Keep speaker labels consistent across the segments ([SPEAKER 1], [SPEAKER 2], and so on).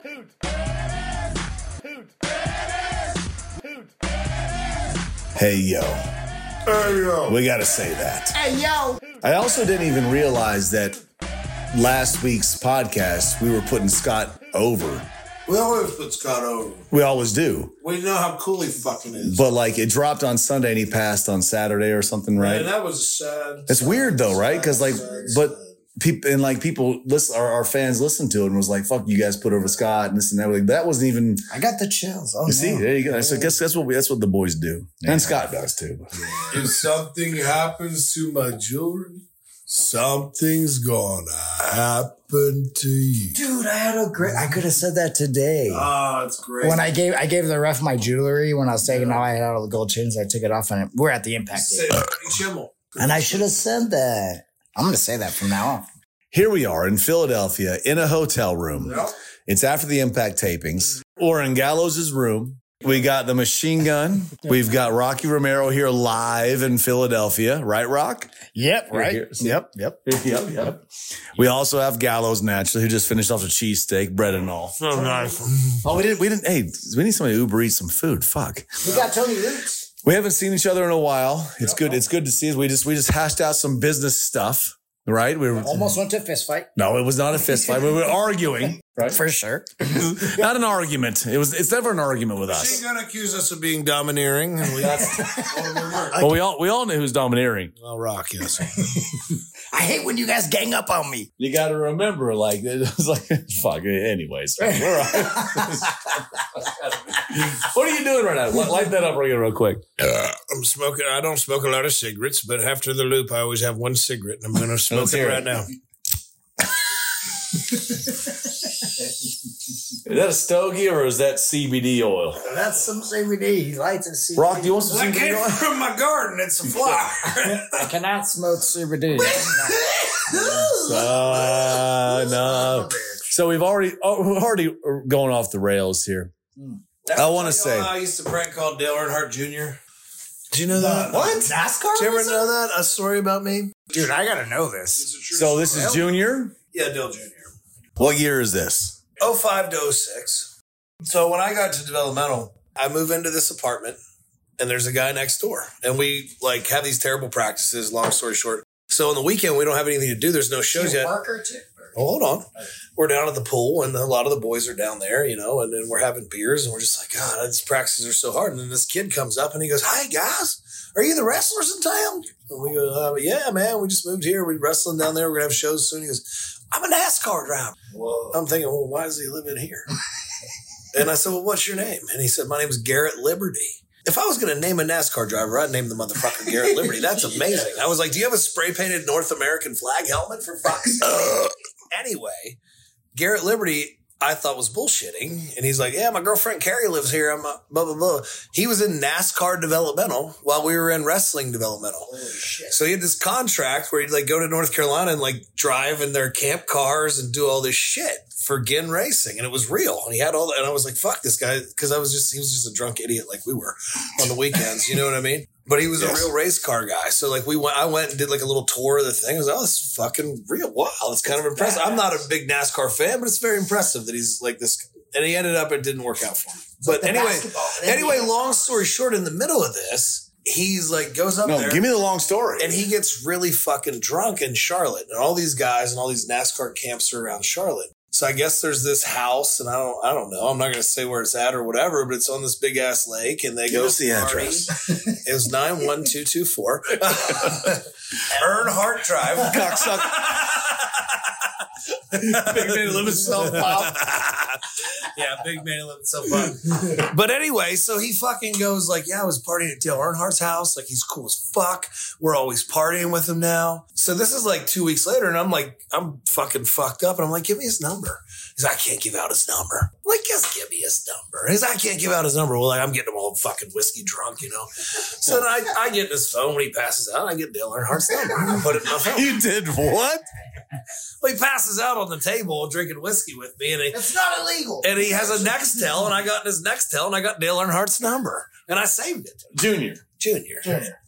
[SPEAKER 1] Hoot. Hoot. Hoot.
[SPEAKER 2] Hey yo,
[SPEAKER 3] Hey, yo.
[SPEAKER 2] we gotta say that.
[SPEAKER 4] Hey yo,
[SPEAKER 2] I also didn't even realize that last week's podcast we were putting Scott over.
[SPEAKER 3] We always put Scott over.
[SPEAKER 2] We always do,
[SPEAKER 3] We know how cool he fucking is.
[SPEAKER 2] but like it dropped on Sunday and he passed on Saturday or something,
[SPEAKER 3] And
[SPEAKER 2] right?
[SPEAKER 3] that was sad.
[SPEAKER 2] It's weird though, right? Because like,
[SPEAKER 3] sad,
[SPEAKER 2] but
[SPEAKER 3] sad.
[SPEAKER 2] people and like people listen, our, our fans listened to it and was like, "Fuck, you guys put over Scott and this and that." Like that wasn't even.
[SPEAKER 4] I got the chills. Oh,
[SPEAKER 2] You see,
[SPEAKER 4] no.
[SPEAKER 2] there you go. So guess that's what we, that's what the boys do,
[SPEAKER 4] Yeah.
[SPEAKER 2] and Scott does too.
[SPEAKER 3] if something happens to my jewelry, something's gonna happen to you.
[SPEAKER 4] dude, I had a great. I could have said that today.
[SPEAKER 3] Ah, it's great.
[SPEAKER 4] when I gave I gave the ref my jewelry when I was taking all I had all the gold chains, I took it off and it, we're at the impact.
[SPEAKER 3] Say,
[SPEAKER 4] date.
[SPEAKER 3] Chimmel.
[SPEAKER 4] And I should have said that. I'm gonna say that from now on.
[SPEAKER 2] Here we are in Philadelphia in a hotel room.
[SPEAKER 3] Yep.
[SPEAKER 2] It's after the impact tapings. Or in Gallows' room. We got the machine gun. We've got Rocky Romero here live in Philadelphia, right, Rock?
[SPEAKER 4] Yep,
[SPEAKER 2] You're here. Yep, yep, yep, yep. We also have Gallows naturally, who just finished off a cheesesteak, bread and all.
[SPEAKER 3] So nice.
[SPEAKER 2] Oh, we didn't. We didn't. Hey, we need somebody to Uber eat some food. Fuck.
[SPEAKER 4] We got Tony Luke's.
[SPEAKER 2] We haven't seen each other in a while. It's good. It's good to see us. We just we just hashed out some business stuff, right? We were
[SPEAKER 4] Almost went to a fist fight
[SPEAKER 2] no, it was not a fist fight. We were arguing, right?
[SPEAKER 4] for sure.
[SPEAKER 2] not an argument. It was. It's never an argument with us.
[SPEAKER 3] She's gonna accuse us of being domineering, and we Oh,
[SPEAKER 2] Well, we all we all know who's domineering.
[SPEAKER 3] I'll rock. Yes.
[SPEAKER 4] I hate when you guys gang up on me.
[SPEAKER 2] You got to remember, like it was like fuck. Anyways, we're what are you doing right now? Light, light that up real, real quick.
[SPEAKER 3] I'm smoking. I don't smoke a lot of cigarettes, but after the loop, I always have one cigarette, and I'm gonna smoke it
[SPEAKER 2] hear
[SPEAKER 3] right
[SPEAKER 2] it.
[SPEAKER 3] now.
[SPEAKER 2] Is that a stogie or is that CBD oil?
[SPEAKER 4] That's some CBD. He lights a CBD.
[SPEAKER 2] Rock, do you want some
[SPEAKER 3] That
[SPEAKER 2] CBD
[SPEAKER 3] came
[SPEAKER 2] oil?
[SPEAKER 3] from my garden. It's a flower.
[SPEAKER 4] I cannot smoke CBD.
[SPEAKER 2] Uh, no. So we've already oh, we're already going off the rails here. I wanna
[SPEAKER 3] You know,
[SPEAKER 2] say-
[SPEAKER 3] I uh, used to prank call Dale Earnhardt Jr. Do you know that?
[SPEAKER 4] What? NASCAR?
[SPEAKER 3] Do you ever
[SPEAKER 4] was it?
[SPEAKER 3] know that? A story about me?
[SPEAKER 4] Dude, I gotta know this.
[SPEAKER 2] So this is Junior.
[SPEAKER 3] Yeah, Dale Jr.
[SPEAKER 2] What year is this?
[SPEAKER 3] 05 to 06. So when I got to developmental, I move into this apartment and there's a guy next door. And we like have these terrible practices, long story short. So on the weekend, we don't have anything to do. There's no shows yet.
[SPEAKER 4] Worker too.
[SPEAKER 3] Well, hold on. We're down at the pool, and a lot of the boys are down there, you know, and then we're having beers, and we're just like, God, these practices are so hard. And then this kid comes up and he goes, Hi, guys, are you the wrestlers in town? And we go, uh, Yeah, man, we just moved here. We're wrestling down there. We're going to have shows soon. He goes, I'm a NASCAR driver. I'm thinking, Well, why does he live in here? and I said, Well, what's your name? And he said, My name is Garrett Liberty. If I was going to name a NASCAR driver, I'd name the motherfucker Garrett Liberty. That's amazing. I was like, Do you have a spray painted North American flag helmet for fuck's sake? anyway, Garrett Liberty, I thought was bullshitting. And he's like, Yeah, my girlfriend Carrie lives here. I'm uh, blah, blah, blah. He was in NASCAR developmental while we were in wrestling developmental.
[SPEAKER 4] Holy shit.
[SPEAKER 3] So he had this contract where he'd like go to North Carolina and like drive in their camp cars and do all this shit for Ginn Racing, and it was real. And he had all that, and I was like, "Fuck this guy," because I was just he was just a drunk idiot like we were on the weekends. you know what I mean? But he was
[SPEAKER 2] Yes.
[SPEAKER 3] a real race car guy. So like we went, I went and did like a little tour of the thing. I was like, "Oh, this is fucking real! Wow, that's kind of impressive." I'm not a big NASCAR fan, but it's very impressive that he's like this. And he ended up it didn't work out for him. But
[SPEAKER 4] the
[SPEAKER 3] anyway,
[SPEAKER 4] basketball.
[SPEAKER 3] anyway, long story short, in the middle of this. He's like goes up
[SPEAKER 2] No,
[SPEAKER 3] there.
[SPEAKER 2] give me the long story.
[SPEAKER 3] And he gets really fucking drunk in Charlotte, and all these guys and all these NASCAR camps are around Charlotte. So I guess there's this house, and I don't, I don't know. I'm not going to say where it's at or whatever, but it's on this big ass lake, and they
[SPEAKER 2] Give
[SPEAKER 3] go
[SPEAKER 2] us the
[SPEAKER 3] party.
[SPEAKER 2] address.
[SPEAKER 3] it was nine one two two four Earnhardt Drive.
[SPEAKER 2] Cocksuck.
[SPEAKER 3] big man living self up. yeah, big man living self up. But anyway, so he fucking goes like, yeah, I was partying at Dale Earnhardt's house. Like he's cool as fuck. We're always partying with him now. So this is like two weeks later, and I'm like, I'm fucking fucked up, and I'm like, give me his number. He's like, I can't give out his number. I'm like, just give me his number. He's like, I can't give out his number. Well, like, I'm getting him all fucking whiskey drunk, you know. So then I, I get his phone when he passes out. I get Dale Earnhardt's number. I put it in my phone.
[SPEAKER 2] You did what?
[SPEAKER 3] Well, he passes out on the table drinking whiskey with me, and he
[SPEAKER 4] It's not illegal.
[SPEAKER 3] and he has a Nextel, and I got his Nextel, and I got Dale Earnhardt's number, and I saved it,
[SPEAKER 2] Junior.
[SPEAKER 3] Junior.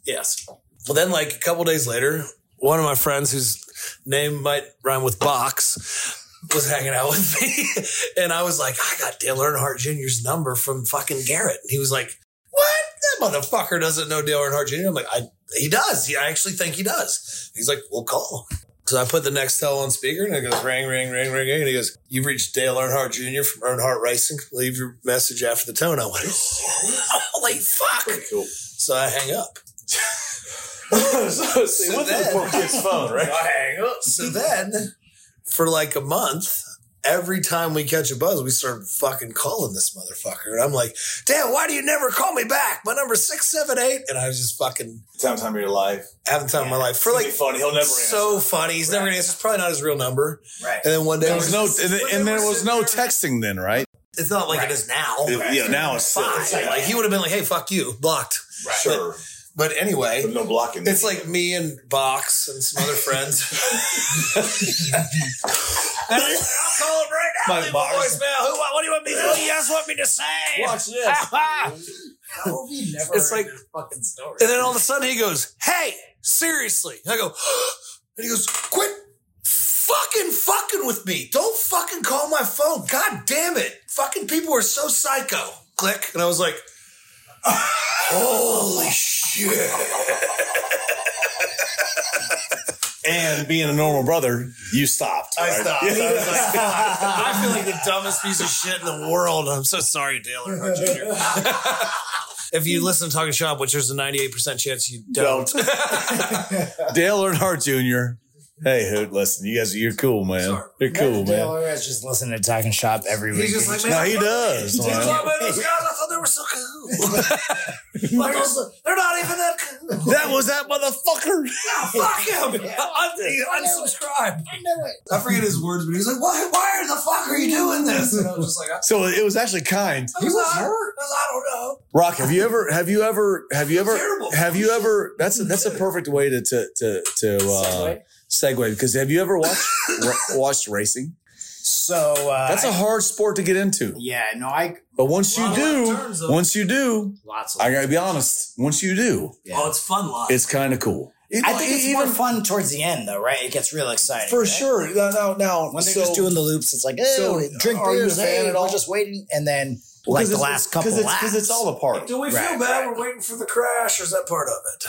[SPEAKER 3] Yes. Well, then, like a couple days later, one of my friends, whose name might rhyme with box, was hanging out with me, and I was like, I got Dale Earnhardt Jr.'s number from fucking Garrett, and he was like, "What? That motherfucker doesn't know Dale Earnhardt Jr." I'm like, I he does. He, I actually think he does. He's like, "We'll call." him. So I put the Nextel on speaker, and it goes ring, ring, ring, ring, ring, and he goes, "You've reached Dale Earnhardt Jr. from Earnhardt Racing. Leave your message after the tone." I went, "Holy fuck!"
[SPEAKER 2] cool.
[SPEAKER 3] So I hang up.
[SPEAKER 2] so, see,
[SPEAKER 3] So
[SPEAKER 2] what's
[SPEAKER 3] then-
[SPEAKER 2] the poor kid's phone, right?
[SPEAKER 3] I hang up. So then, for like a month, every time we catch a buzz, we start fucking calling this motherfucker. And I'm like, damn, why do you never call me back? My number's 678. And I was just fucking
[SPEAKER 2] Time, time of your life.
[SPEAKER 3] having the time of my life. For
[SPEAKER 2] It's
[SPEAKER 3] like,
[SPEAKER 2] gonna be funny. He'll never answer.
[SPEAKER 3] so funny. He's never going to answer. It's probably not his real number.
[SPEAKER 4] Right.
[SPEAKER 3] And then one day,
[SPEAKER 2] There was
[SPEAKER 3] we're
[SPEAKER 2] no,
[SPEAKER 3] just-
[SPEAKER 2] and,
[SPEAKER 3] we're
[SPEAKER 2] and there
[SPEAKER 3] just
[SPEAKER 2] was no texting
[SPEAKER 3] sitting
[SPEAKER 2] then, right?
[SPEAKER 3] It's not like
[SPEAKER 4] Right.
[SPEAKER 3] it is now.
[SPEAKER 2] It- yeah, now it's still.
[SPEAKER 3] Fine.
[SPEAKER 2] yeah,
[SPEAKER 3] Like, he would have been like, hey, fuck you, blocked.
[SPEAKER 2] sure,
[SPEAKER 3] But anyway.
[SPEAKER 2] but no blocking.
[SPEAKER 3] It's like me and Box and some other friends. I'll call him right now.
[SPEAKER 2] My
[SPEAKER 3] leave a
[SPEAKER 2] Box.
[SPEAKER 3] voicemail. Who, what do you want me to do? What do You guys want me to say?
[SPEAKER 2] watch this.
[SPEAKER 3] It's like-
[SPEAKER 4] fucking story.
[SPEAKER 3] And then all of a sudden he goes, "Hey, seriously?" And I go, and he goes, "Quit fucking fucking with me! Don't fucking call my phone! God damn it! Fucking people are so psycho." Click, and I was like, "Holy shit!"
[SPEAKER 2] And being a normal brother, you stopped.
[SPEAKER 3] I
[SPEAKER 2] right?
[SPEAKER 3] stopped. I was like, "God." I feel like the dumbest piece of shit in the world. I'm so sorry, Dale Earnhardt Jr. if you listen to Talking Shop, which there's a 98% chance you don't.
[SPEAKER 2] Dale Earnhardt Jr. Hey, Hoot, listen, you guys, you're cool, man.
[SPEAKER 3] Sorry.
[SPEAKER 2] You're cool,
[SPEAKER 4] Dale
[SPEAKER 2] man.
[SPEAKER 4] Earnhardt's just listening to Talking Shop every week.
[SPEAKER 3] He's just like, man,
[SPEAKER 2] No,
[SPEAKER 3] I
[SPEAKER 2] he
[SPEAKER 3] love
[SPEAKER 2] does.
[SPEAKER 3] these
[SPEAKER 2] man.
[SPEAKER 3] white men, those guys, I thought they were so cool. Like, also, they're not even that cool.
[SPEAKER 2] That was that motherfucker.
[SPEAKER 3] Ah, fuck him. Un- he unsubscribe.
[SPEAKER 4] I know it.
[SPEAKER 3] I forget his words, but he's like, why, why the fuck are you doing this? And I was just like, I,
[SPEAKER 2] So it was actually kind.
[SPEAKER 3] I was, I, I was, I don't know.
[SPEAKER 2] Rock, have you ever, have you ever, have you ever,
[SPEAKER 3] Terrible.
[SPEAKER 2] have you ever? That's a, that's a perfect way to to to, to uh, segue because have you ever watched ra- watched racing?
[SPEAKER 4] So uh,
[SPEAKER 2] That's a hard sport to get into,
[SPEAKER 4] yeah. No, I
[SPEAKER 2] but once you
[SPEAKER 3] Well, in
[SPEAKER 2] do,
[SPEAKER 3] terms of-
[SPEAKER 2] once you do,
[SPEAKER 4] lots of.
[SPEAKER 2] I gotta be honest. Once you do,
[SPEAKER 4] Yeah.
[SPEAKER 3] Oh, it's fun live.
[SPEAKER 2] it's kind of cool.
[SPEAKER 4] I think it's more fun towards the end, though, right? It gets real exciting
[SPEAKER 2] for
[SPEAKER 4] right?
[SPEAKER 2] sure. Now, now, now
[SPEAKER 4] When they're
[SPEAKER 2] so-
[SPEAKER 4] just doing the loops, it's like,
[SPEAKER 2] So,
[SPEAKER 4] oh, drink
[SPEAKER 2] are you a
[SPEAKER 4] beers,
[SPEAKER 2] fan
[SPEAKER 4] hey,
[SPEAKER 2] at
[SPEAKER 4] we're
[SPEAKER 2] all?
[SPEAKER 4] just waiting, and then
[SPEAKER 2] Well,
[SPEAKER 4] like
[SPEAKER 2] 'cause
[SPEAKER 4] the
[SPEAKER 2] it's-
[SPEAKER 4] last couple
[SPEAKER 2] it's,
[SPEAKER 4] laps,
[SPEAKER 2] it's all a part.
[SPEAKER 3] Do we feel
[SPEAKER 4] Right,
[SPEAKER 3] bad?
[SPEAKER 4] right.
[SPEAKER 3] We're waiting for the crash, or is that part of it?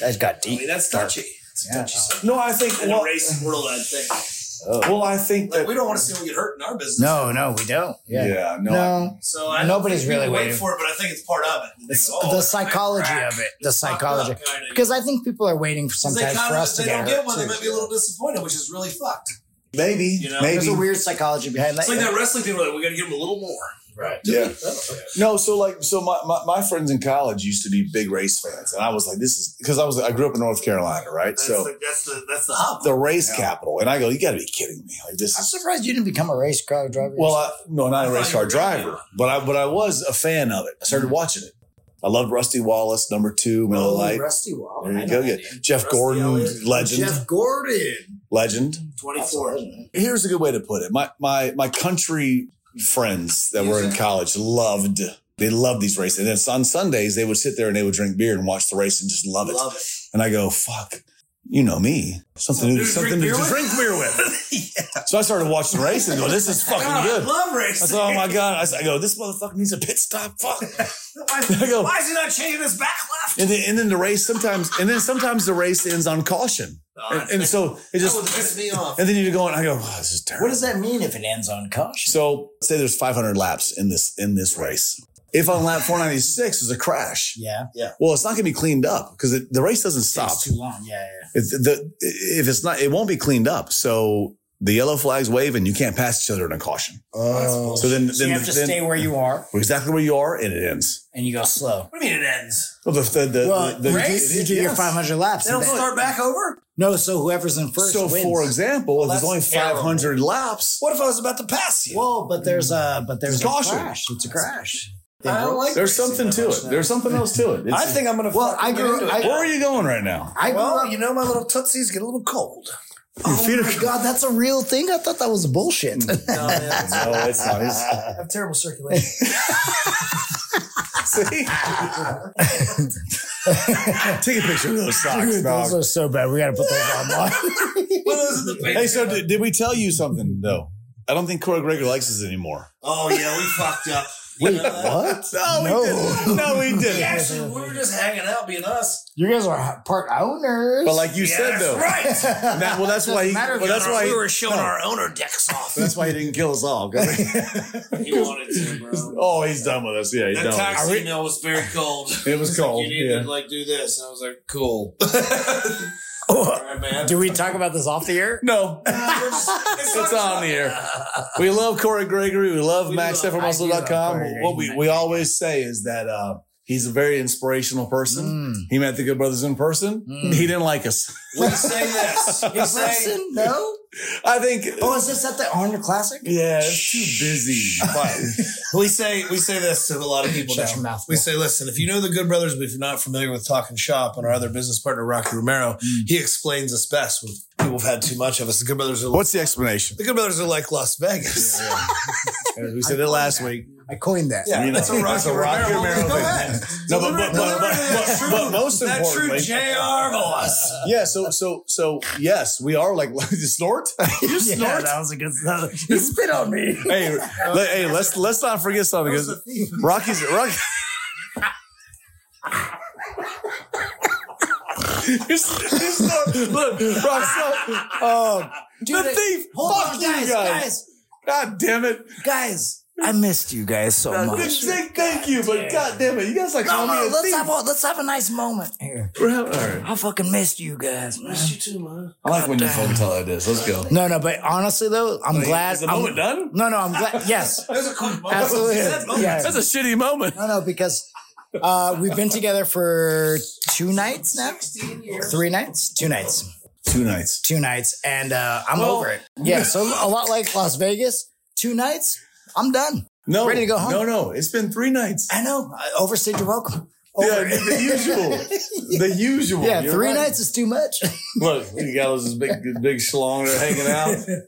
[SPEAKER 4] that got
[SPEAKER 3] I
[SPEAKER 4] deep.
[SPEAKER 3] mean, that's touchy. It's
[SPEAKER 4] Yeah.
[SPEAKER 3] touchy. stuff.
[SPEAKER 2] No, I think. Well,
[SPEAKER 3] racing world, I think.
[SPEAKER 2] well, I think
[SPEAKER 3] Like,
[SPEAKER 2] that.
[SPEAKER 3] we don't want to see them get hurt in our business.
[SPEAKER 4] No, no, we don't. Yeah,
[SPEAKER 2] no.
[SPEAKER 4] no,
[SPEAKER 3] So I
[SPEAKER 4] Nobody's really
[SPEAKER 3] wait
[SPEAKER 4] waiting.
[SPEAKER 3] for it, but I think it's part of it.
[SPEAKER 4] it's
[SPEAKER 3] They go, "Oh,
[SPEAKER 4] the psychology
[SPEAKER 3] crack.
[SPEAKER 4] of it. The psychology,
[SPEAKER 3] Fucked up, kinda.
[SPEAKER 4] because I think people are waiting for
[SPEAKER 3] Because they
[SPEAKER 4] sometimes for
[SPEAKER 3] kinda-
[SPEAKER 4] us
[SPEAKER 3] if
[SPEAKER 4] to
[SPEAKER 3] they
[SPEAKER 4] get
[SPEAKER 3] don't
[SPEAKER 4] hurt.
[SPEAKER 3] get one, they
[SPEAKER 4] too.
[SPEAKER 3] might be a little disappointed, which is really fucked.
[SPEAKER 2] Maybe,
[SPEAKER 3] You know,
[SPEAKER 2] maybe.
[SPEAKER 4] There's a weird psychology behind that.
[SPEAKER 3] It's like that wrestling thing. Where like, we got to give them a little more. Right.
[SPEAKER 2] Yeah. No, so like, so my, my, my friends in college used to be big race fans, and I was like, this is because I was I grew up in North Carolina, right?
[SPEAKER 3] That's,
[SPEAKER 2] So
[SPEAKER 3] the, that's the that's the hub.
[SPEAKER 2] the race
[SPEAKER 4] Yeah.
[SPEAKER 2] capital, and I go, you got to be kidding me! Like this
[SPEAKER 4] I'm
[SPEAKER 2] is
[SPEAKER 4] surprised you didn't become a race car driver.
[SPEAKER 2] well, I, no, not a
[SPEAKER 3] I
[SPEAKER 2] race car
[SPEAKER 3] thought you were gonna be
[SPEAKER 2] driver,
[SPEAKER 3] one.
[SPEAKER 2] but I but I was a fan of it. I started
[SPEAKER 4] Mm-hmm.
[SPEAKER 2] watching it. I loved Rusty Wallace, number two, Miller Lite.
[SPEAKER 4] Oh, Rusty Wall.
[SPEAKER 2] There you go. Yeah. Jeff
[SPEAKER 3] Rusty
[SPEAKER 2] Gordon,
[SPEAKER 3] Elliott.
[SPEAKER 2] legend,
[SPEAKER 4] Jeff Gordon.
[SPEAKER 2] legend.
[SPEAKER 3] Twenty four.
[SPEAKER 2] here's a good way to put it. My my my country friends that were in college loved they loved these races. And it's on Sundays they would sit there and they would drink beer and watch the race and just love it.
[SPEAKER 3] Love it.
[SPEAKER 2] And I go, fuck, you know me. Something new, something
[SPEAKER 3] Something to
[SPEAKER 2] new to
[SPEAKER 3] drink
[SPEAKER 2] drink beer with. So I started watching the race and go, this is fucking
[SPEAKER 3] God, I
[SPEAKER 2] good.
[SPEAKER 3] love
[SPEAKER 2] I
[SPEAKER 3] racing.
[SPEAKER 2] said, oh my God. I, said, I go, this motherfucker needs a pit stop. Fuck.
[SPEAKER 3] Why,
[SPEAKER 2] I go,
[SPEAKER 3] why is he not changing his back left?
[SPEAKER 2] and then, and then the race sometimes, and then sometimes the race ends on caution. And, and so it
[SPEAKER 3] Oh, that would
[SPEAKER 2] just,
[SPEAKER 3] piss me off.
[SPEAKER 2] and then you're going, I go, oh, this is terrible.
[SPEAKER 4] What does that mean if it ends on caution?
[SPEAKER 2] So say there's 500 laps in this in this race. If on lap 496 is a crash,
[SPEAKER 4] Yeah,
[SPEAKER 2] well, it's not going to be cleaned up because the race doesn't stop.
[SPEAKER 4] it's too long. Yeah, yeah.
[SPEAKER 2] It's the, if it's not, it won't be cleaned up. So the yellow flags wave and you can't pass each other in a caution.
[SPEAKER 4] Oh,
[SPEAKER 2] So then,
[SPEAKER 4] so
[SPEAKER 2] then,
[SPEAKER 4] you have to
[SPEAKER 2] then
[SPEAKER 4] stay where you are
[SPEAKER 2] we're exactly where you are and it ends.
[SPEAKER 4] and you go slow.
[SPEAKER 3] What do you mean it ends?
[SPEAKER 2] Well, the, the, the,
[SPEAKER 4] Well,
[SPEAKER 2] the-
[SPEAKER 4] you
[SPEAKER 2] it
[SPEAKER 4] do,
[SPEAKER 2] is,
[SPEAKER 4] you do your
[SPEAKER 2] yes.
[SPEAKER 4] 500 laps.
[SPEAKER 3] They don't
[SPEAKER 4] and then-
[SPEAKER 3] start back over?
[SPEAKER 4] no, so whoever's in first
[SPEAKER 2] So
[SPEAKER 4] wins.
[SPEAKER 2] for example, if there's
[SPEAKER 4] that's
[SPEAKER 2] only 500 laps,
[SPEAKER 3] What if I was about to pass you?
[SPEAKER 4] Whoa, but there's a but there's
[SPEAKER 2] It's
[SPEAKER 4] a
[SPEAKER 2] caution.
[SPEAKER 4] crash. It's a crash.
[SPEAKER 3] I don't like
[SPEAKER 2] there's something to it. There's something else to it.
[SPEAKER 3] I
[SPEAKER 2] It's-
[SPEAKER 3] think I'm gonna.
[SPEAKER 4] Well,
[SPEAKER 3] fucking
[SPEAKER 4] I grew-
[SPEAKER 3] get into
[SPEAKER 4] I-
[SPEAKER 3] it.
[SPEAKER 2] where are you going right now?
[SPEAKER 4] I grew
[SPEAKER 3] well,
[SPEAKER 4] up.
[SPEAKER 3] you know my little tootsies get a little cold.
[SPEAKER 2] Your feet
[SPEAKER 4] oh my god, that's a real thing. I thought that was
[SPEAKER 2] Mm.
[SPEAKER 4] bullshit.
[SPEAKER 3] No, I
[SPEAKER 2] No, it's not. It's-
[SPEAKER 3] have terrible circulation.
[SPEAKER 2] See? Take a picture of those socks,
[SPEAKER 4] Those
[SPEAKER 2] dog.
[SPEAKER 4] are so bad. We got to put those online.
[SPEAKER 3] What is it? The
[SPEAKER 2] Hey, so did, did we tell you something though? I don't think Corey Gregor likes us anymore.
[SPEAKER 3] Oh yeah, we fucked up.
[SPEAKER 4] Wait,
[SPEAKER 3] You know that?
[SPEAKER 4] what?
[SPEAKER 2] No,
[SPEAKER 4] No.
[SPEAKER 2] we didn't. No, we
[SPEAKER 3] We
[SPEAKER 2] didn't.
[SPEAKER 3] actually, we were just hanging out, being us.
[SPEAKER 4] You guys are part owners.
[SPEAKER 2] But like you
[SPEAKER 3] Yeah,
[SPEAKER 2] said,
[SPEAKER 3] that's
[SPEAKER 2] though,
[SPEAKER 3] right?
[SPEAKER 2] Matt, well, that's why. He,
[SPEAKER 4] Matter if
[SPEAKER 2] well, that's
[SPEAKER 4] you're-
[SPEAKER 2] why. Oh.
[SPEAKER 3] we
[SPEAKER 2] he-
[SPEAKER 3] were showing
[SPEAKER 2] no.
[SPEAKER 3] our owner decks off.
[SPEAKER 2] That's why he didn't kill us all.
[SPEAKER 3] He wanted to, bro.
[SPEAKER 2] oh, he's done with us. Yeah, he's
[SPEAKER 3] That
[SPEAKER 2] done.
[SPEAKER 3] tax
[SPEAKER 2] with us.
[SPEAKER 3] email was very cold.
[SPEAKER 2] It was cold.
[SPEAKER 3] You need
[SPEAKER 2] Yeah.
[SPEAKER 3] to like do this. And I was like, cool. All
[SPEAKER 4] Oh,
[SPEAKER 3] right, man.
[SPEAKER 4] do we talk about this off the air?
[SPEAKER 2] No,
[SPEAKER 3] We're just-
[SPEAKER 2] It's on the air. we love Corey Gregory. We love
[SPEAKER 3] We
[SPEAKER 2] Max
[SPEAKER 3] love-
[SPEAKER 2] from
[SPEAKER 4] I do love Corey
[SPEAKER 2] What we,
[SPEAKER 4] Gregory.
[SPEAKER 2] we always say is that uh, he's a very inspirational person.
[SPEAKER 4] Mm.
[SPEAKER 2] He met the Good Brothers in person.
[SPEAKER 4] Mm.
[SPEAKER 2] He didn't like us.
[SPEAKER 3] We say this. We say,
[SPEAKER 4] Listen, no.
[SPEAKER 2] I think.
[SPEAKER 4] Oh, is this at the Honor Classic?
[SPEAKER 2] yeah, it's too busy.
[SPEAKER 3] we say we say this to a lot of people
[SPEAKER 4] Shut
[SPEAKER 3] now.
[SPEAKER 4] your mouth.
[SPEAKER 3] We say, listen, if you know the Good Brothers, but if you're not familiar with Talking Shop and our other business partner, Rocky Romero,
[SPEAKER 2] Mm.
[SPEAKER 3] he explains us best when people have had too much of us. The Good Brothers are like,
[SPEAKER 2] What's the explanation?
[SPEAKER 3] the Good Brothers are like Las Vegas.
[SPEAKER 2] We Uh, said it last week.
[SPEAKER 4] I coined that.
[SPEAKER 3] Yeah,
[SPEAKER 2] You know,
[SPEAKER 3] that's a Rocky
[SPEAKER 2] that's a Rocky
[SPEAKER 3] Romero.
[SPEAKER 2] Romero
[SPEAKER 3] Go
[SPEAKER 2] thing.
[SPEAKER 3] ahead.
[SPEAKER 2] No, but, but, but,
[SPEAKER 3] Deliver
[SPEAKER 2] but,
[SPEAKER 3] it.
[SPEAKER 2] but,
[SPEAKER 3] True.
[SPEAKER 2] but most
[SPEAKER 3] That true
[SPEAKER 2] importantly,
[SPEAKER 3] JR voice.
[SPEAKER 2] yeah. So so so yes, we are like snort. you
[SPEAKER 4] Yeah,
[SPEAKER 2] snort.
[SPEAKER 4] that was a good. That was, you spit on me.
[SPEAKER 2] hey, let, hey, let's let's not forget something because Rocky's Rocky. You're s- you're snort. Look, Rock, stop. Oh,
[SPEAKER 4] Dude,
[SPEAKER 2] the
[SPEAKER 4] I-
[SPEAKER 2] thief.
[SPEAKER 4] Hold
[SPEAKER 2] Fuck
[SPEAKER 4] on,
[SPEAKER 2] you guys,
[SPEAKER 4] guys, guys,
[SPEAKER 2] God damn it.
[SPEAKER 4] guys. I missed you guys so
[SPEAKER 2] God,
[SPEAKER 4] much.
[SPEAKER 2] thank, thank you, but god damn it, you guys like
[SPEAKER 4] No,
[SPEAKER 2] call
[SPEAKER 4] no,
[SPEAKER 2] me a
[SPEAKER 4] let's
[SPEAKER 2] thief.
[SPEAKER 4] have a, let's have a nice moment here.
[SPEAKER 2] All right.
[SPEAKER 4] I fucking missed you guys, man.
[SPEAKER 2] I like when you
[SPEAKER 4] God
[SPEAKER 2] fucking tell like this. Let's go.
[SPEAKER 4] No, no, but honestly though, I'm glad.
[SPEAKER 2] Is the
[SPEAKER 4] I'm-
[SPEAKER 2] moment done?
[SPEAKER 4] No, no, I'm glad. Yes,
[SPEAKER 3] That was a quick moment.
[SPEAKER 4] absolutely.
[SPEAKER 3] That moment.
[SPEAKER 4] Yeah.
[SPEAKER 2] That's a shitty moment.
[SPEAKER 4] No, no, because uh, we've been together for two nights now, three nights, two nights,
[SPEAKER 2] Two nights.
[SPEAKER 4] two nights, and uh, I'm
[SPEAKER 2] Well-
[SPEAKER 4] over it. Yeah, so a lot like Las Vegas, two nights, I'm done.
[SPEAKER 2] No.
[SPEAKER 4] Ready to go home?
[SPEAKER 2] No, no. It's been three nights.
[SPEAKER 4] I know. I overstayed your welcome.
[SPEAKER 2] Yeah,
[SPEAKER 4] Over
[SPEAKER 2] the,
[SPEAKER 4] it.
[SPEAKER 2] the usual. The usual.
[SPEAKER 4] yeah,
[SPEAKER 2] You're
[SPEAKER 4] three
[SPEAKER 2] right.
[SPEAKER 4] nights is too much.
[SPEAKER 2] Look, you got this big big schlong there hanging out.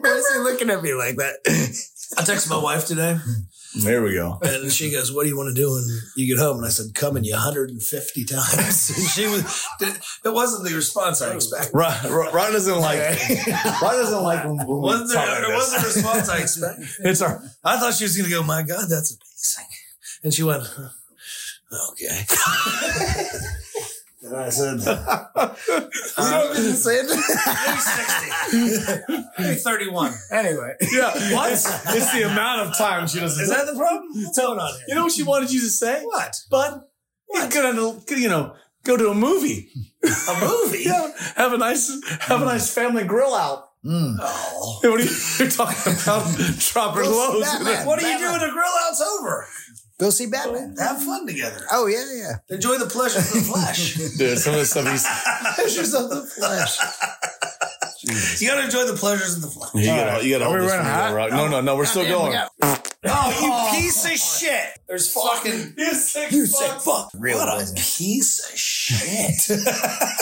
[SPEAKER 4] Why is he looking at me like that?
[SPEAKER 3] I texted my wife today
[SPEAKER 2] there we go.
[SPEAKER 3] and she goes, What do you want to do when you get home? And I said, Coming you 150 times. And she was, it wasn't the response I expected.
[SPEAKER 2] Ron, Ron Ron doesn't like Ron doesn't like when, when
[SPEAKER 3] Wasn't
[SPEAKER 2] we
[SPEAKER 3] there,
[SPEAKER 2] talk like
[SPEAKER 3] it
[SPEAKER 2] this.
[SPEAKER 3] wasn't the response I expected.
[SPEAKER 2] It's our
[SPEAKER 3] I thought she was going to go, My God, that's amazing. And she went, "Huh, Okay. and I said,
[SPEAKER 4] didn't say it.
[SPEAKER 3] Maybe 60. Maybe 31.
[SPEAKER 4] anyway.
[SPEAKER 2] yeah. What? It's the amount of time she doesn't.
[SPEAKER 3] Is that the problem? What's going on here?
[SPEAKER 2] You know what she wanted you to say?
[SPEAKER 3] What?
[SPEAKER 2] Bud, you could, have- could, you know, go to a movie.
[SPEAKER 3] A movie?
[SPEAKER 2] Yeah, have a nice, have a nice family grill out.
[SPEAKER 4] Mm.
[SPEAKER 3] Oh.
[SPEAKER 2] What are you you're talking about? Dropping
[SPEAKER 4] Well,
[SPEAKER 2] loads.
[SPEAKER 4] Batman.
[SPEAKER 3] What do you do when the grill out's over?
[SPEAKER 4] Go see Batman.
[SPEAKER 3] Have fun together.
[SPEAKER 4] Oh, yeah, yeah.
[SPEAKER 3] Enjoy the pleasure of the flesh.
[SPEAKER 2] Dude, some of the stuff he's.
[SPEAKER 4] Pictures of the flesh.
[SPEAKER 3] you gotta enjoy the pleasures of the flesh.
[SPEAKER 2] You
[SPEAKER 4] gotta-
[SPEAKER 2] gotta, you gotta
[SPEAKER 4] Are
[SPEAKER 2] hold
[SPEAKER 4] we
[SPEAKER 2] this
[SPEAKER 4] running
[SPEAKER 2] one,
[SPEAKER 4] hot?
[SPEAKER 2] Rock. No, no, no, we're still
[SPEAKER 4] Goddamn, we
[SPEAKER 2] going.
[SPEAKER 4] got-
[SPEAKER 3] Oh, you piece of shit. There's fucking.
[SPEAKER 2] You sick
[SPEAKER 3] You sick fuck.
[SPEAKER 4] Real
[SPEAKER 3] what a
[SPEAKER 4] business.
[SPEAKER 3] piece of shit.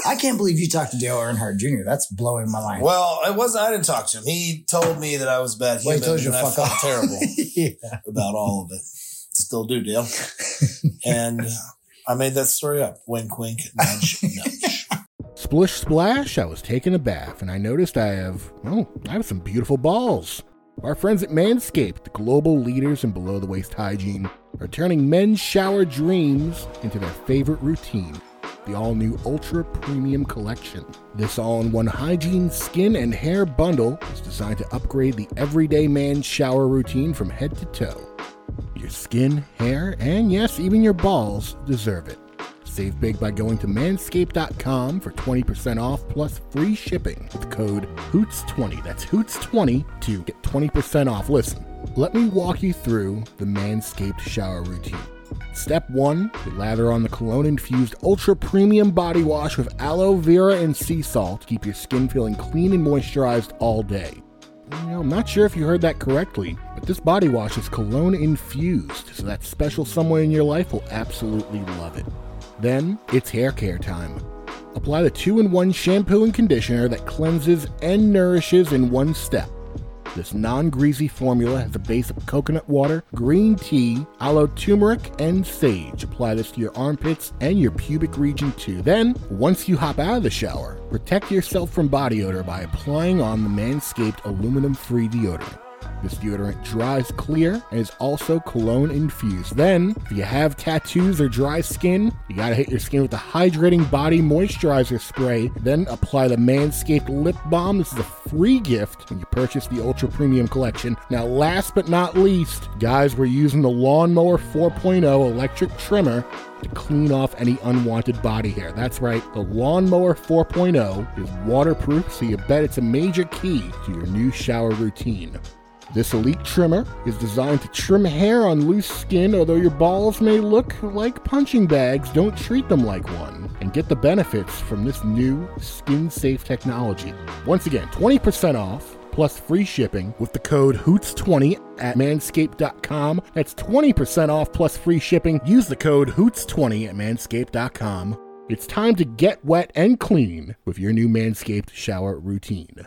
[SPEAKER 4] I can't believe you talked to Dale Earnhardt Jr. That's blowing my mind.
[SPEAKER 3] well, it wasn't. I didn't talk to him. He told me that I was a bad
[SPEAKER 4] Well,
[SPEAKER 3] human.
[SPEAKER 4] he told you
[SPEAKER 3] and
[SPEAKER 4] to
[SPEAKER 3] I
[SPEAKER 4] fuck
[SPEAKER 3] felt
[SPEAKER 4] off.
[SPEAKER 3] terrible
[SPEAKER 4] yeah.
[SPEAKER 3] about all of it. Still do, Dale. and I made that story up. Wink, wink, nudge, nudge.
[SPEAKER 5] Splish splash, I was taking a bath and I noticed I have, well, I have some beautiful balls. Our friends at Manscaped, the global leaders in below the waist hygiene, are turning men's shower dreams into their favorite routine the all new Ultra Premium Collection. This all in one hygiene, skin, and hair bundle is designed to upgrade the everyday man's shower routine from head to toe. Your skin, hair, and yes, even your balls deserve it. Save big by going to manscaped.com for 20% off plus free shipping with code HOOTS20. That's HOOTS20 to get 20% off. Listen, let me walk you through the Manscaped shower routine. Step 1 to lather on the cologne infused ultra premium body wash with aloe vera and sea salt to keep your skin feeling clean and moisturized all day. You know, I'm not sure if you heard that correctly, but this body wash is cologne infused, so that special someone in your life will absolutely love it. Then it's hair care time. Apply the two in one shampoo and conditioner that cleanses and nourishes in one step. This non greasy formula has a base of coconut water, green tea, aloe turmeric, and sage. Apply this to your armpits and your pubic region too. Then, once you hop out of the shower, protect yourself from body odor by applying on the Manscaped aluminum free deodorant. This deodorant dries clear and is also cologne infused. Then, if you have tattoos or dry skin, you gotta hit your skin with the hydrating body moisturizer spray. Then apply the Manscaped lip balm. This is a free gift when you purchase the ultra premium collection. Now, last but not least, guys, we're using the Lawnmower 4.0 electric trimmer to clean off any unwanted body hair. That's right, the Lawnmower 4.0 is waterproof, so you bet it's a major key to your new shower routine. This elite trimmer is designed to trim hair on loose skin, although your balls may look like punching bags, don't treat them like one. And get the benefits from this new skin safe technology. Once again, 20% off plus free shipping with the code HOOTS20 at manscaped.com. That's 20% off plus free shipping. Use the code HOOTS20 at manscaped.com. It's time to get wet and clean with your new Manscaped shower routine.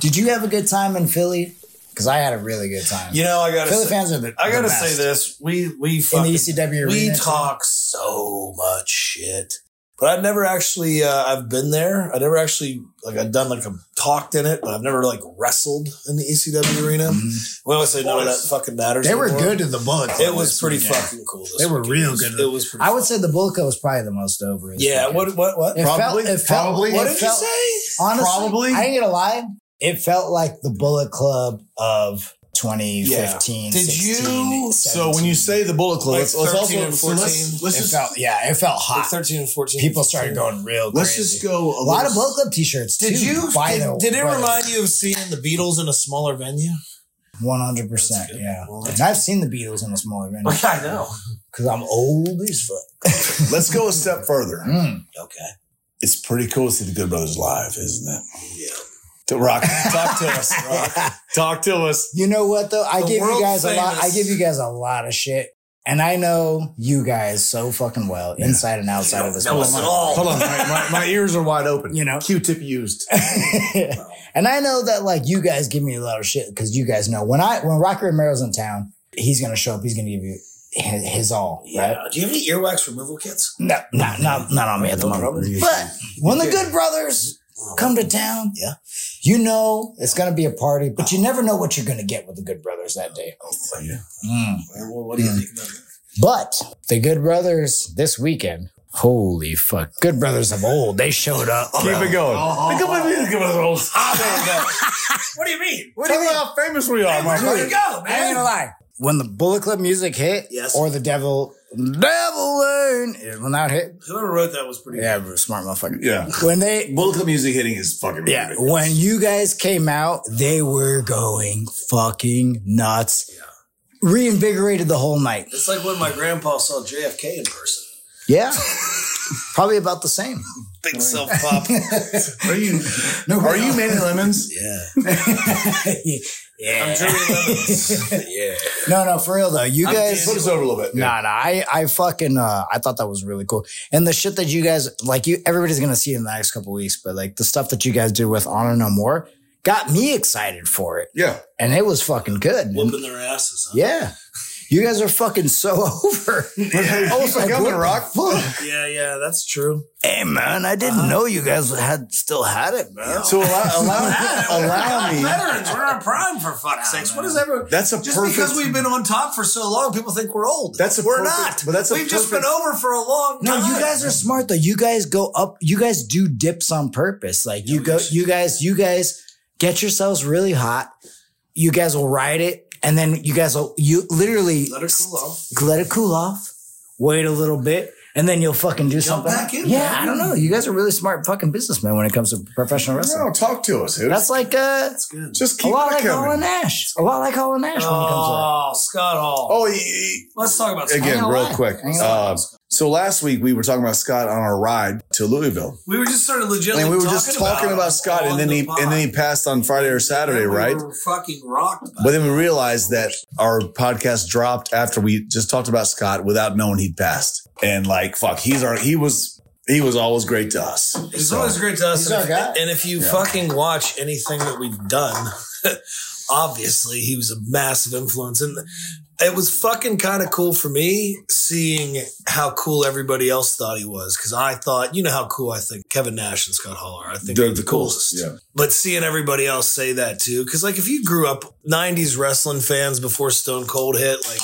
[SPEAKER 4] Did you have a good time in Philly? Because I had a really good time.
[SPEAKER 3] You know, I gotta
[SPEAKER 4] Philly
[SPEAKER 3] say,
[SPEAKER 4] fans are the-
[SPEAKER 3] I
[SPEAKER 4] the
[SPEAKER 3] gotta
[SPEAKER 4] best.
[SPEAKER 3] say this: we we fucking,
[SPEAKER 4] ECW
[SPEAKER 3] we
[SPEAKER 4] arena, too.
[SPEAKER 3] talk so much shit, but I've never actually uh, I've been there. I never actually like I've done like I've talked in it, but I've never like wrestled in the ECW arena. We always say none of that fucking matters.
[SPEAKER 4] Mm-hmm. they were
[SPEAKER 3] anymore.
[SPEAKER 4] good to the bullet. Club
[SPEAKER 3] It was
[SPEAKER 4] this
[SPEAKER 3] pretty
[SPEAKER 4] weekend.
[SPEAKER 3] fucking cool. this
[SPEAKER 4] They were
[SPEAKER 3] weekend.
[SPEAKER 4] real
[SPEAKER 3] It was-
[SPEAKER 4] good.
[SPEAKER 3] It was. Pretty
[SPEAKER 4] I would say the bullet Club was probably the most over. this
[SPEAKER 3] Yeah. What?
[SPEAKER 4] weekend.
[SPEAKER 3] What? What?
[SPEAKER 4] It felt-
[SPEAKER 3] Probably.
[SPEAKER 4] it felt-
[SPEAKER 3] Probably. What
[SPEAKER 4] it
[SPEAKER 3] did
[SPEAKER 4] felt-
[SPEAKER 3] you say?
[SPEAKER 4] Honestly,
[SPEAKER 3] Probably.
[SPEAKER 4] I ain't gonna lie. It felt like the Bullet Club of 2015.
[SPEAKER 3] Did
[SPEAKER 4] 16,
[SPEAKER 3] you-
[SPEAKER 2] So when you
[SPEAKER 4] 17.
[SPEAKER 2] say the Bullet Club,
[SPEAKER 3] Like
[SPEAKER 2] let's, let's
[SPEAKER 3] 13
[SPEAKER 2] also
[SPEAKER 3] and
[SPEAKER 2] so let's,
[SPEAKER 3] 14.
[SPEAKER 2] let's
[SPEAKER 4] it
[SPEAKER 2] just
[SPEAKER 4] felt yeah, it felt
[SPEAKER 3] Like
[SPEAKER 4] hot.
[SPEAKER 3] Thirteen and fourteen.
[SPEAKER 4] People started going real.
[SPEAKER 2] let's
[SPEAKER 4] crazy.
[SPEAKER 2] just go a,
[SPEAKER 4] A lot of
[SPEAKER 2] little-
[SPEAKER 4] Bullet Club T-shirts.
[SPEAKER 3] Did
[SPEAKER 4] too,
[SPEAKER 3] you?
[SPEAKER 4] by
[SPEAKER 3] Did,
[SPEAKER 4] the
[SPEAKER 3] did it
[SPEAKER 4] way.
[SPEAKER 3] remind you of seeing the Beatles in a smaller venue?
[SPEAKER 4] One hundred percent,
[SPEAKER 3] That's good.
[SPEAKER 4] yeah.
[SPEAKER 3] Well,
[SPEAKER 4] and I've seen the Beatles in a smaller venue
[SPEAKER 3] I know.
[SPEAKER 4] because I'm old as fuck.
[SPEAKER 2] Let's go a step further.
[SPEAKER 4] Mm.
[SPEAKER 3] Okay.
[SPEAKER 2] It's pretty cool to see the Good Brothers live, isn't it?
[SPEAKER 3] Yeah.
[SPEAKER 2] To rock, talk to us. Rock. Talk to us.
[SPEAKER 4] You know what though? I
[SPEAKER 3] The
[SPEAKER 4] give you
[SPEAKER 3] world
[SPEAKER 4] guys a lot. I
[SPEAKER 3] famous-
[SPEAKER 4] give you guys a lot of shit, and I know you guys so fucking well, inside and outside of this.
[SPEAKER 3] know us
[SPEAKER 4] motherfucker.
[SPEAKER 3] at all.
[SPEAKER 2] Hold on, my, my, my ears are wide open.
[SPEAKER 4] You know.
[SPEAKER 2] Q-tip used.
[SPEAKER 4] and I know that like you guys give me a lot of shit because you guys know when I when Rocky Romero's in town, he's gonna show up. He's gonna give you his, his all, right?
[SPEAKER 3] Yeah. Do you have any earwax removal kits?
[SPEAKER 4] No, not not not on me at the
[SPEAKER 3] No
[SPEAKER 4] moment.
[SPEAKER 3] problem. Oh.
[SPEAKER 4] But when the good brothers come to town,
[SPEAKER 3] Yeah.
[SPEAKER 4] you know it's gonna be a party, but you never know what you're gonna get with the good brothers that day.
[SPEAKER 3] Oh.
[SPEAKER 2] Yeah.
[SPEAKER 4] Mm.
[SPEAKER 3] Well, what do you think about that?
[SPEAKER 4] But the good brothers this weekend, holy fuck, good brothers of old, they showed up.
[SPEAKER 2] Keep it going.
[SPEAKER 3] Oh,
[SPEAKER 2] Look at my music.
[SPEAKER 3] What do you mean?
[SPEAKER 4] What
[SPEAKER 2] Tell me how famous we are, my
[SPEAKER 3] Where'd you
[SPEAKER 2] friend.
[SPEAKER 3] go,
[SPEAKER 4] I ain't
[SPEAKER 3] man?
[SPEAKER 4] gonna lie. When the Bullet Club music hit,
[SPEAKER 3] Yes.
[SPEAKER 4] or the Devil Devil Learn, it will not hit.
[SPEAKER 3] Whoever wrote that was pretty.
[SPEAKER 4] Yeah, we're smart motherfucker.
[SPEAKER 2] Yeah.
[SPEAKER 4] When they,
[SPEAKER 2] Bullet Club music hitting is fucking
[SPEAKER 4] yeah,
[SPEAKER 2] ridiculous.
[SPEAKER 4] when you guys came out, they were going fucking nuts. Reinvigorated the whole night.
[SPEAKER 3] It's like when my grandpa saw JFK in person.
[SPEAKER 4] Yeah, probably about the same.
[SPEAKER 3] Big self pop.
[SPEAKER 2] Are you,
[SPEAKER 4] No,
[SPEAKER 2] are you Manny Lemons?
[SPEAKER 3] yeah.
[SPEAKER 4] yeah.
[SPEAKER 3] I'm Jerry Lemons. yeah.
[SPEAKER 4] No, no, for real though. You
[SPEAKER 3] I'm
[SPEAKER 4] guys,
[SPEAKER 2] Put us over a little bit.
[SPEAKER 4] No, no, I, I fucking, uh, I thought that was really cool. And the shit that you guys, like, you, everybody's gonna see it in the next couple weeks, but like the stuff that you guys do with Honor No More got me excited for it,
[SPEAKER 2] Yeah.
[SPEAKER 4] and it was fucking good.
[SPEAKER 3] Whooping their asses. Huh?
[SPEAKER 4] yeah, you guys are fucking so over.
[SPEAKER 2] Oh, it's like,
[SPEAKER 4] Like,
[SPEAKER 2] I'm
[SPEAKER 4] what
[SPEAKER 2] in
[SPEAKER 4] the
[SPEAKER 2] rock.
[SPEAKER 4] fuck?
[SPEAKER 3] Yeah, yeah, that's true.
[SPEAKER 4] Hey man, I didn't know you guys had still had it, man.
[SPEAKER 2] So allow, allow, allow me.
[SPEAKER 3] Ah, Veterans, we're in our prime for fuck's sakes. What is everyone?
[SPEAKER 2] That's a
[SPEAKER 3] Just
[SPEAKER 2] perfect.
[SPEAKER 3] because we've been on top for so long, people think we're old.
[SPEAKER 2] That's a
[SPEAKER 3] we're
[SPEAKER 2] perfect-
[SPEAKER 3] not.
[SPEAKER 2] but that's a
[SPEAKER 3] we've just been
[SPEAKER 2] perfect-
[SPEAKER 3] over for a long
[SPEAKER 4] No,
[SPEAKER 3] time.
[SPEAKER 4] you guys are smart though. You guys go up. You guys do dips on purpose. Like you go, you guys, you guys get yourselves really hot. You guys will ride it, and then you guys will you literally
[SPEAKER 3] Let her cool off.
[SPEAKER 4] let it cool off, wait a little bit, and then you'll fucking do something.
[SPEAKER 3] back in,
[SPEAKER 4] yeah,
[SPEAKER 3] man.
[SPEAKER 4] I don't know. You guys are really smart fucking businessmen when it comes to professional wrestling.
[SPEAKER 2] No, talk to us, dude.
[SPEAKER 4] That's like uh,
[SPEAKER 3] That's good.
[SPEAKER 2] Just
[SPEAKER 4] a
[SPEAKER 2] keep
[SPEAKER 4] lot
[SPEAKER 2] it
[SPEAKER 4] like Holland
[SPEAKER 2] coming.
[SPEAKER 4] Nash. A lot like Holland Nash when it comes to that.
[SPEAKER 3] Oh, Scott Hall.
[SPEAKER 2] Oh, y-
[SPEAKER 3] Let's talk about Scott.
[SPEAKER 2] again,
[SPEAKER 4] Hang on
[SPEAKER 2] real
[SPEAKER 4] line.
[SPEAKER 2] quick.
[SPEAKER 4] Hang on
[SPEAKER 2] Uh, so last week we were talking about Scott on our ride to Louisville,
[SPEAKER 3] We were just started legitimately.
[SPEAKER 2] and we were just talking about,
[SPEAKER 3] him
[SPEAKER 2] Scott, and
[SPEAKER 3] on
[SPEAKER 2] then
[SPEAKER 3] the
[SPEAKER 2] he
[SPEAKER 3] pod.
[SPEAKER 2] and then he passed on Friday or Saturday,
[SPEAKER 3] We
[SPEAKER 2] right?
[SPEAKER 3] were fucking rocked. By
[SPEAKER 2] But then we realized that our podcast dropped after we just talked about Scott without knowing he'd passed, and like fuck, he's our he was He was always great to us.
[SPEAKER 3] He's always great to us.
[SPEAKER 4] He's
[SPEAKER 3] and,
[SPEAKER 4] our
[SPEAKER 3] if,
[SPEAKER 4] guy.
[SPEAKER 3] and if you
[SPEAKER 2] Yeah.
[SPEAKER 3] fucking watch anything that we've done, obviously he was a massive influence. And it was fucking kind of cool for me seeing how cool everybody else thought he was. Cause I thought, you know how cool I think Kevin Nash and Scott Holler. I think
[SPEAKER 2] They're the coolest. Yeah.
[SPEAKER 3] but seeing everybody else say that too because like if you grew up 90s wrestling fans before stone cold hit like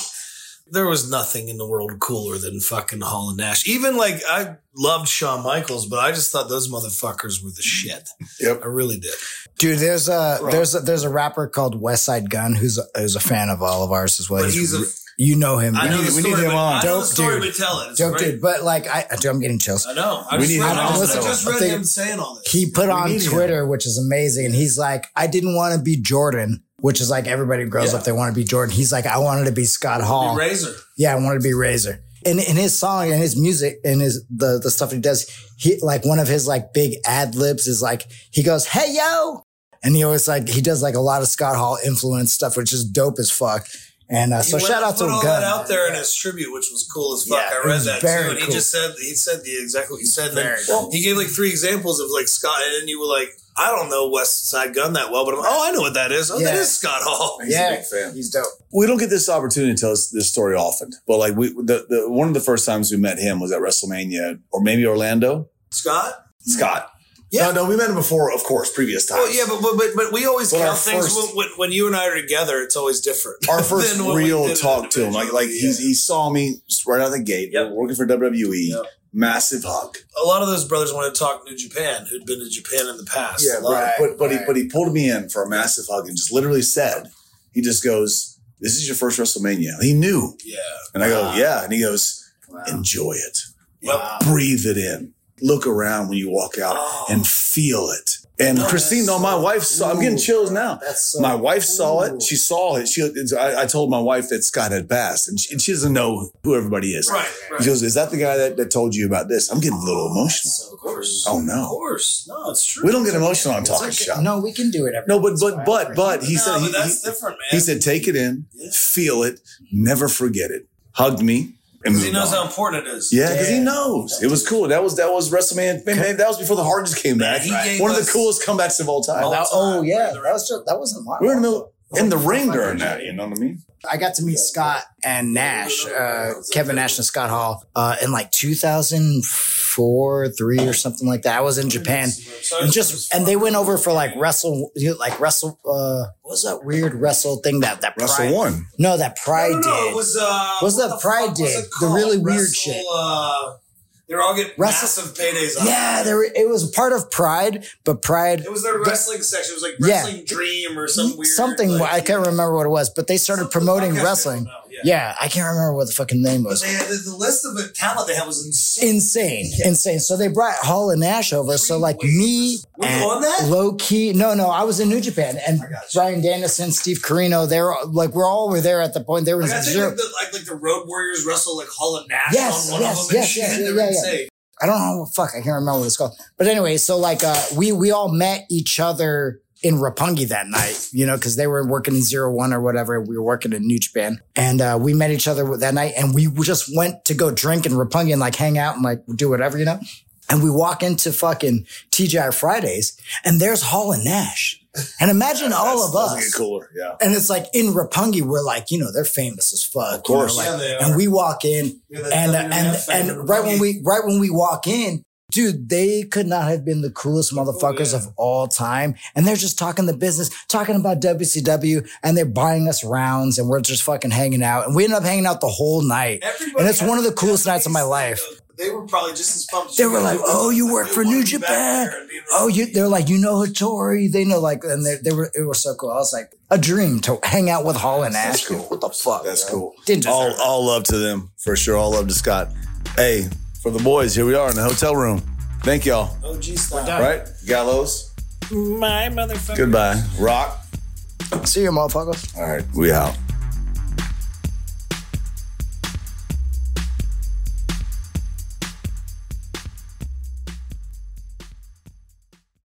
[SPEAKER 3] there was nothing in the world cooler than fucking Hall and Nash. Even like I loved Shawn Michaels, but I just thought those motherfuckers were the shit.
[SPEAKER 2] Yep.
[SPEAKER 3] I really did.
[SPEAKER 4] Dude, there's a there's a, there's a rapper called West Side Gun who's a, who's a fan of all of ours as well.
[SPEAKER 3] but he's,
[SPEAKER 4] re-
[SPEAKER 3] a.
[SPEAKER 4] you know him.
[SPEAKER 3] I
[SPEAKER 4] right?
[SPEAKER 3] know the
[SPEAKER 2] need- we need
[SPEAKER 3] story.
[SPEAKER 2] him
[SPEAKER 3] but,
[SPEAKER 2] on.
[SPEAKER 3] I know the
[SPEAKER 4] Dope
[SPEAKER 3] story,
[SPEAKER 4] dude.
[SPEAKER 3] but tell it. It's
[SPEAKER 4] Dope
[SPEAKER 3] great.
[SPEAKER 4] dude, but like I, I- dude, I'm getting chills.
[SPEAKER 3] I know. I
[SPEAKER 2] We
[SPEAKER 3] just
[SPEAKER 2] need
[SPEAKER 3] read,
[SPEAKER 2] him on.
[SPEAKER 3] I just, I
[SPEAKER 2] Listen,
[SPEAKER 3] just
[SPEAKER 4] I'm
[SPEAKER 3] read
[SPEAKER 4] thinking-
[SPEAKER 3] him saying all this.
[SPEAKER 4] He put
[SPEAKER 2] We
[SPEAKER 4] on
[SPEAKER 2] need him.
[SPEAKER 4] Twitter, which is amazing, and he's like, I didn't want to be Jordan, which is like everybody grows
[SPEAKER 3] Yeah.
[SPEAKER 4] up they want to be Jordan. He's like, I wanted to be Scott
[SPEAKER 3] The
[SPEAKER 4] Hall.
[SPEAKER 3] razor.
[SPEAKER 4] Yeah, I wanted to be Razor. And in his song and his music and his the the stuff he does, he like one of his like big ad libs is like he goes, "Hey yo," and he always like he does like a lot of Scott Hall influence stuff, which is dope as fuck. And uh,
[SPEAKER 3] He
[SPEAKER 4] so
[SPEAKER 3] went
[SPEAKER 4] shout
[SPEAKER 3] and
[SPEAKER 4] out to
[SPEAKER 3] put all that out
[SPEAKER 4] Gun.
[SPEAKER 3] there in his tribute, which was cool as fuck.
[SPEAKER 4] Yeah,
[SPEAKER 3] I
[SPEAKER 4] it
[SPEAKER 3] read
[SPEAKER 4] was
[SPEAKER 3] that too,
[SPEAKER 4] very
[SPEAKER 3] and he
[SPEAKER 4] cool.
[SPEAKER 3] just said he said the exactly what you said. and
[SPEAKER 4] Very
[SPEAKER 3] Then
[SPEAKER 4] cool.
[SPEAKER 3] he gave like three examples of like Scott, and then you were like, I don't know West Side Gun that well, but I'm, oh, I know what that is. Oh, that
[SPEAKER 4] Yeah.
[SPEAKER 3] is Scott Hall.
[SPEAKER 2] He's a
[SPEAKER 4] Yeah,
[SPEAKER 2] big fan.
[SPEAKER 4] he's dope.
[SPEAKER 2] we don't get this opportunity to tell this, this story often, but like we, the, the one of the first times we met him was at WrestleMania or maybe Orlando.
[SPEAKER 3] Scott.
[SPEAKER 2] Scott.
[SPEAKER 3] Yeah.
[SPEAKER 2] No, no, we met him before, of course, previous times.
[SPEAKER 3] Well, yeah, but but but, but we always
[SPEAKER 2] Well, our
[SPEAKER 3] count things
[SPEAKER 2] first-
[SPEAKER 3] when, when, when you and I are together. It's always different.
[SPEAKER 2] our first
[SPEAKER 3] than when we
[SPEAKER 2] real
[SPEAKER 3] did it
[SPEAKER 2] talk to him, like
[SPEAKER 3] individually,
[SPEAKER 2] like he's,
[SPEAKER 3] yeah.
[SPEAKER 2] he saw me right out of the gate.
[SPEAKER 3] Yep.
[SPEAKER 2] working for WWE,
[SPEAKER 3] Yep.
[SPEAKER 2] massive hug.
[SPEAKER 3] a lot of those brothers wanted to talk New Japan, who'd been to Japan in the past. a lot.
[SPEAKER 4] right,
[SPEAKER 2] but but he
[SPEAKER 4] right.
[SPEAKER 2] but he pulled me in for a massive hug and just literally said, he just goes, "This is your first WrestleMania." He knew,
[SPEAKER 3] Yeah.
[SPEAKER 2] and I go,
[SPEAKER 4] Wow.
[SPEAKER 2] "Yeah," and he goes,
[SPEAKER 4] Wow.
[SPEAKER 2] "Enjoy it,
[SPEAKER 4] Wow.
[SPEAKER 2] breathe it in, look around when you walk out,
[SPEAKER 3] Oh.
[SPEAKER 2] and feel it." And
[SPEAKER 3] Oh,
[SPEAKER 2] Christine,
[SPEAKER 3] that's
[SPEAKER 2] no, my wife saw. I'm getting
[SPEAKER 4] Ooh,
[SPEAKER 2] chills now.
[SPEAKER 4] That's so
[SPEAKER 2] my wife saw
[SPEAKER 4] cool.
[SPEAKER 2] it. She saw it. She, I, I told my wife that Scott had passed, and she, and she doesn't know who everybody is.
[SPEAKER 3] Right. Right.
[SPEAKER 2] She goes, "Is that the guy that, that told you about this?" I'm getting a little emotional.
[SPEAKER 3] So, of course.
[SPEAKER 2] Oh
[SPEAKER 3] Of
[SPEAKER 2] no,
[SPEAKER 3] course. No, it's true.
[SPEAKER 2] we don't get emotional on
[SPEAKER 4] It's
[SPEAKER 2] talking
[SPEAKER 4] okay.
[SPEAKER 2] shop. No,
[SPEAKER 4] No, we can do it. Every
[SPEAKER 2] but but but but he
[SPEAKER 3] no,
[SPEAKER 2] said he,
[SPEAKER 3] but that's
[SPEAKER 2] he,
[SPEAKER 3] different, man.
[SPEAKER 2] he said take it in,
[SPEAKER 3] Yeah.
[SPEAKER 2] feel it, never forget it. Hugged me and
[SPEAKER 3] 'Cause
[SPEAKER 2] moved
[SPEAKER 3] he knows
[SPEAKER 2] on.
[SPEAKER 3] how important it is.
[SPEAKER 2] yeah, because he
[SPEAKER 4] Yeah.
[SPEAKER 2] knows it was cool. That was that was WrestleMania. Man, man, that was before the Hardest came back.
[SPEAKER 3] He gave
[SPEAKER 2] One of
[SPEAKER 3] us-
[SPEAKER 2] the coolest comebacks of all time.
[SPEAKER 3] All
[SPEAKER 4] That- oh
[SPEAKER 3] time.
[SPEAKER 4] yeah, that was just that wasn't my
[SPEAKER 2] we were in the middle, in the
[SPEAKER 4] Fucking
[SPEAKER 2] ring
[SPEAKER 4] fucking
[SPEAKER 2] during that. You know what I mean?
[SPEAKER 4] I got to meet Scott and Nash, uh, Kevin Nash and Scott Hall, uh, in like 2004, three or something like that. I was in Japan,
[SPEAKER 3] So
[SPEAKER 4] and
[SPEAKER 3] it's
[SPEAKER 4] just and they went over for like wrestle, you know, like wrestle. Uh, what was that weird wrestle thing that that
[SPEAKER 2] Wrestle
[SPEAKER 4] Pride?
[SPEAKER 2] one.
[SPEAKER 4] No, that Pride
[SPEAKER 3] no, no, no,
[SPEAKER 4] did.
[SPEAKER 3] It was uh,
[SPEAKER 4] What's
[SPEAKER 3] what
[SPEAKER 4] that
[SPEAKER 3] the
[SPEAKER 4] Pride
[SPEAKER 3] fuck was
[SPEAKER 4] Day?
[SPEAKER 3] it
[SPEAKER 4] The
[SPEAKER 3] called?
[SPEAKER 4] really weird
[SPEAKER 3] Wrestle,
[SPEAKER 4] shit.
[SPEAKER 3] Uh, they're all getting
[SPEAKER 4] Wrestle-
[SPEAKER 3] massive paydays. Out
[SPEAKER 4] yeah,
[SPEAKER 3] of it.
[SPEAKER 4] there were, it was part of Pride, but Pride
[SPEAKER 3] uh, It was their wrestling section. It was like
[SPEAKER 4] Yeah.
[SPEAKER 3] wrestling dream or some weird
[SPEAKER 4] something
[SPEAKER 3] Like,
[SPEAKER 4] I can't remember what it was, but they started
[SPEAKER 3] something
[SPEAKER 4] promoting
[SPEAKER 3] podcast
[SPEAKER 4] wrestling.
[SPEAKER 3] channel now,
[SPEAKER 4] Yeah. I can't remember what the fucking name
[SPEAKER 3] But
[SPEAKER 4] was.
[SPEAKER 3] they had, the, the list of the talent they had was insane.
[SPEAKER 4] insane, insane. So they brought Hall and Nash over. So like me
[SPEAKER 3] Were you
[SPEAKER 4] and
[SPEAKER 3] on that?
[SPEAKER 4] low key. No, no, I was in New Japan and
[SPEAKER 3] I got you.
[SPEAKER 4] Brian Danielson, Steve Carino. They were like we're all were there at the point. There was
[SPEAKER 3] Like, I think
[SPEAKER 4] zero.
[SPEAKER 3] like the, like, like the Road Warriors wrestle like Hall and Nash
[SPEAKER 4] Yes,
[SPEAKER 3] on one
[SPEAKER 4] yes,
[SPEAKER 3] of them. and
[SPEAKER 4] yes,
[SPEAKER 3] shit.
[SPEAKER 4] yes,
[SPEAKER 3] They were
[SPEAKER 4] yeah, yeah.
[SPEAKER 3] insane.
[SPEAKER 4] I don't know. Fuck, I can't remember what it's called. But anyway, so like uh, we we all met each other in Rapungi that night, you know, because they were working in zero one or whatever. We were working in New Japan, and uh, we met each other that night, and we just went to go drink in Rapungi and like hang out and like do whatever, you know. And we walk into fucking TGI Fridays, and there's Hall and Nash, and imagine all of
[SPEAKER 2] That's- doesn't
[SPEAKER 4] us.
[SPEAKER 2] get cooler. Yeah.
[SPEAKER 4] And it's like in Rapungi, we're like, you know, they're famous as fuck. Of
[SPEAKER 2] course.
[SPEAKER 3] Yeah, they are.
[SPEAKER 4] and we walk in,
[SPEAKER 3] Yeah, that
[SPEAKER 4] and and
[SPEAKER 3] WWF fan
[SPEAKER 4] and right when
[SPEAKER 3] Rapungi.
[SPEAKER 4] we right when we walk in, dude, they could not have been the coolest motherfuckers
[SPEAKER 3] Oh, yeah.
[SPEAKER 4] of all time. And they're just talking the business, talking about WCW, and they're buying us rounds, and we're just fucking hanging out. And we ended up hanging out the whole night.
[SPEAKER 3] Everybody
[SPEAKER 4] And it's
[SPEAKER 3] had
[SPEAKER 4] one of the
[SPEAKER 3] their
[SPEAKER 4] coolest nights of my
[SPEAKER 3] face.
[SPEAKER 4] life.
[SPEAKER 3] They were probably just as pumped. as
[SPEAKER 4] They
[SPEAKER 3] you
[SPEAKER 4] were like, "Oh, you work
[SPEAKER 3] They
[SPEAKER 4] for
[SPEAKER 3] wanted
[SPEAKER 4] New
[SPEAKER 3] you back
[SPEAKER 4] Japan.
[SPEAKER 3] there and being
[SPEAKER 4] Oh, you,
[SPEAKER 3] like-
[SPEAKER 4] they're like, you know Hattori. They know like, and they, they were, it was so cool. I was like, a dream to hang out with Hall and Ash. What the fuck?
[SPEAKER 2] That's
[SPEAKER 4] bro?
[SPEAKER 2] cool.
[SPEAKER 4] Didn't deserve
[SPEAKER 2] all
[SPEAKER 4] it.
[SPEAKER 2] all love to them for sure. All love to Scott. Hey, for the boys, here we are in the hotel room. Thank y'all.
[SPEAKER 3] "Oh, geez,
[SPEAKER 2] All right, Gallows. My motherfucker. Goodbye, Rock.
[SPEAKER 4] See you, motherfuckers.
[SPEAKER 2] All right, we out.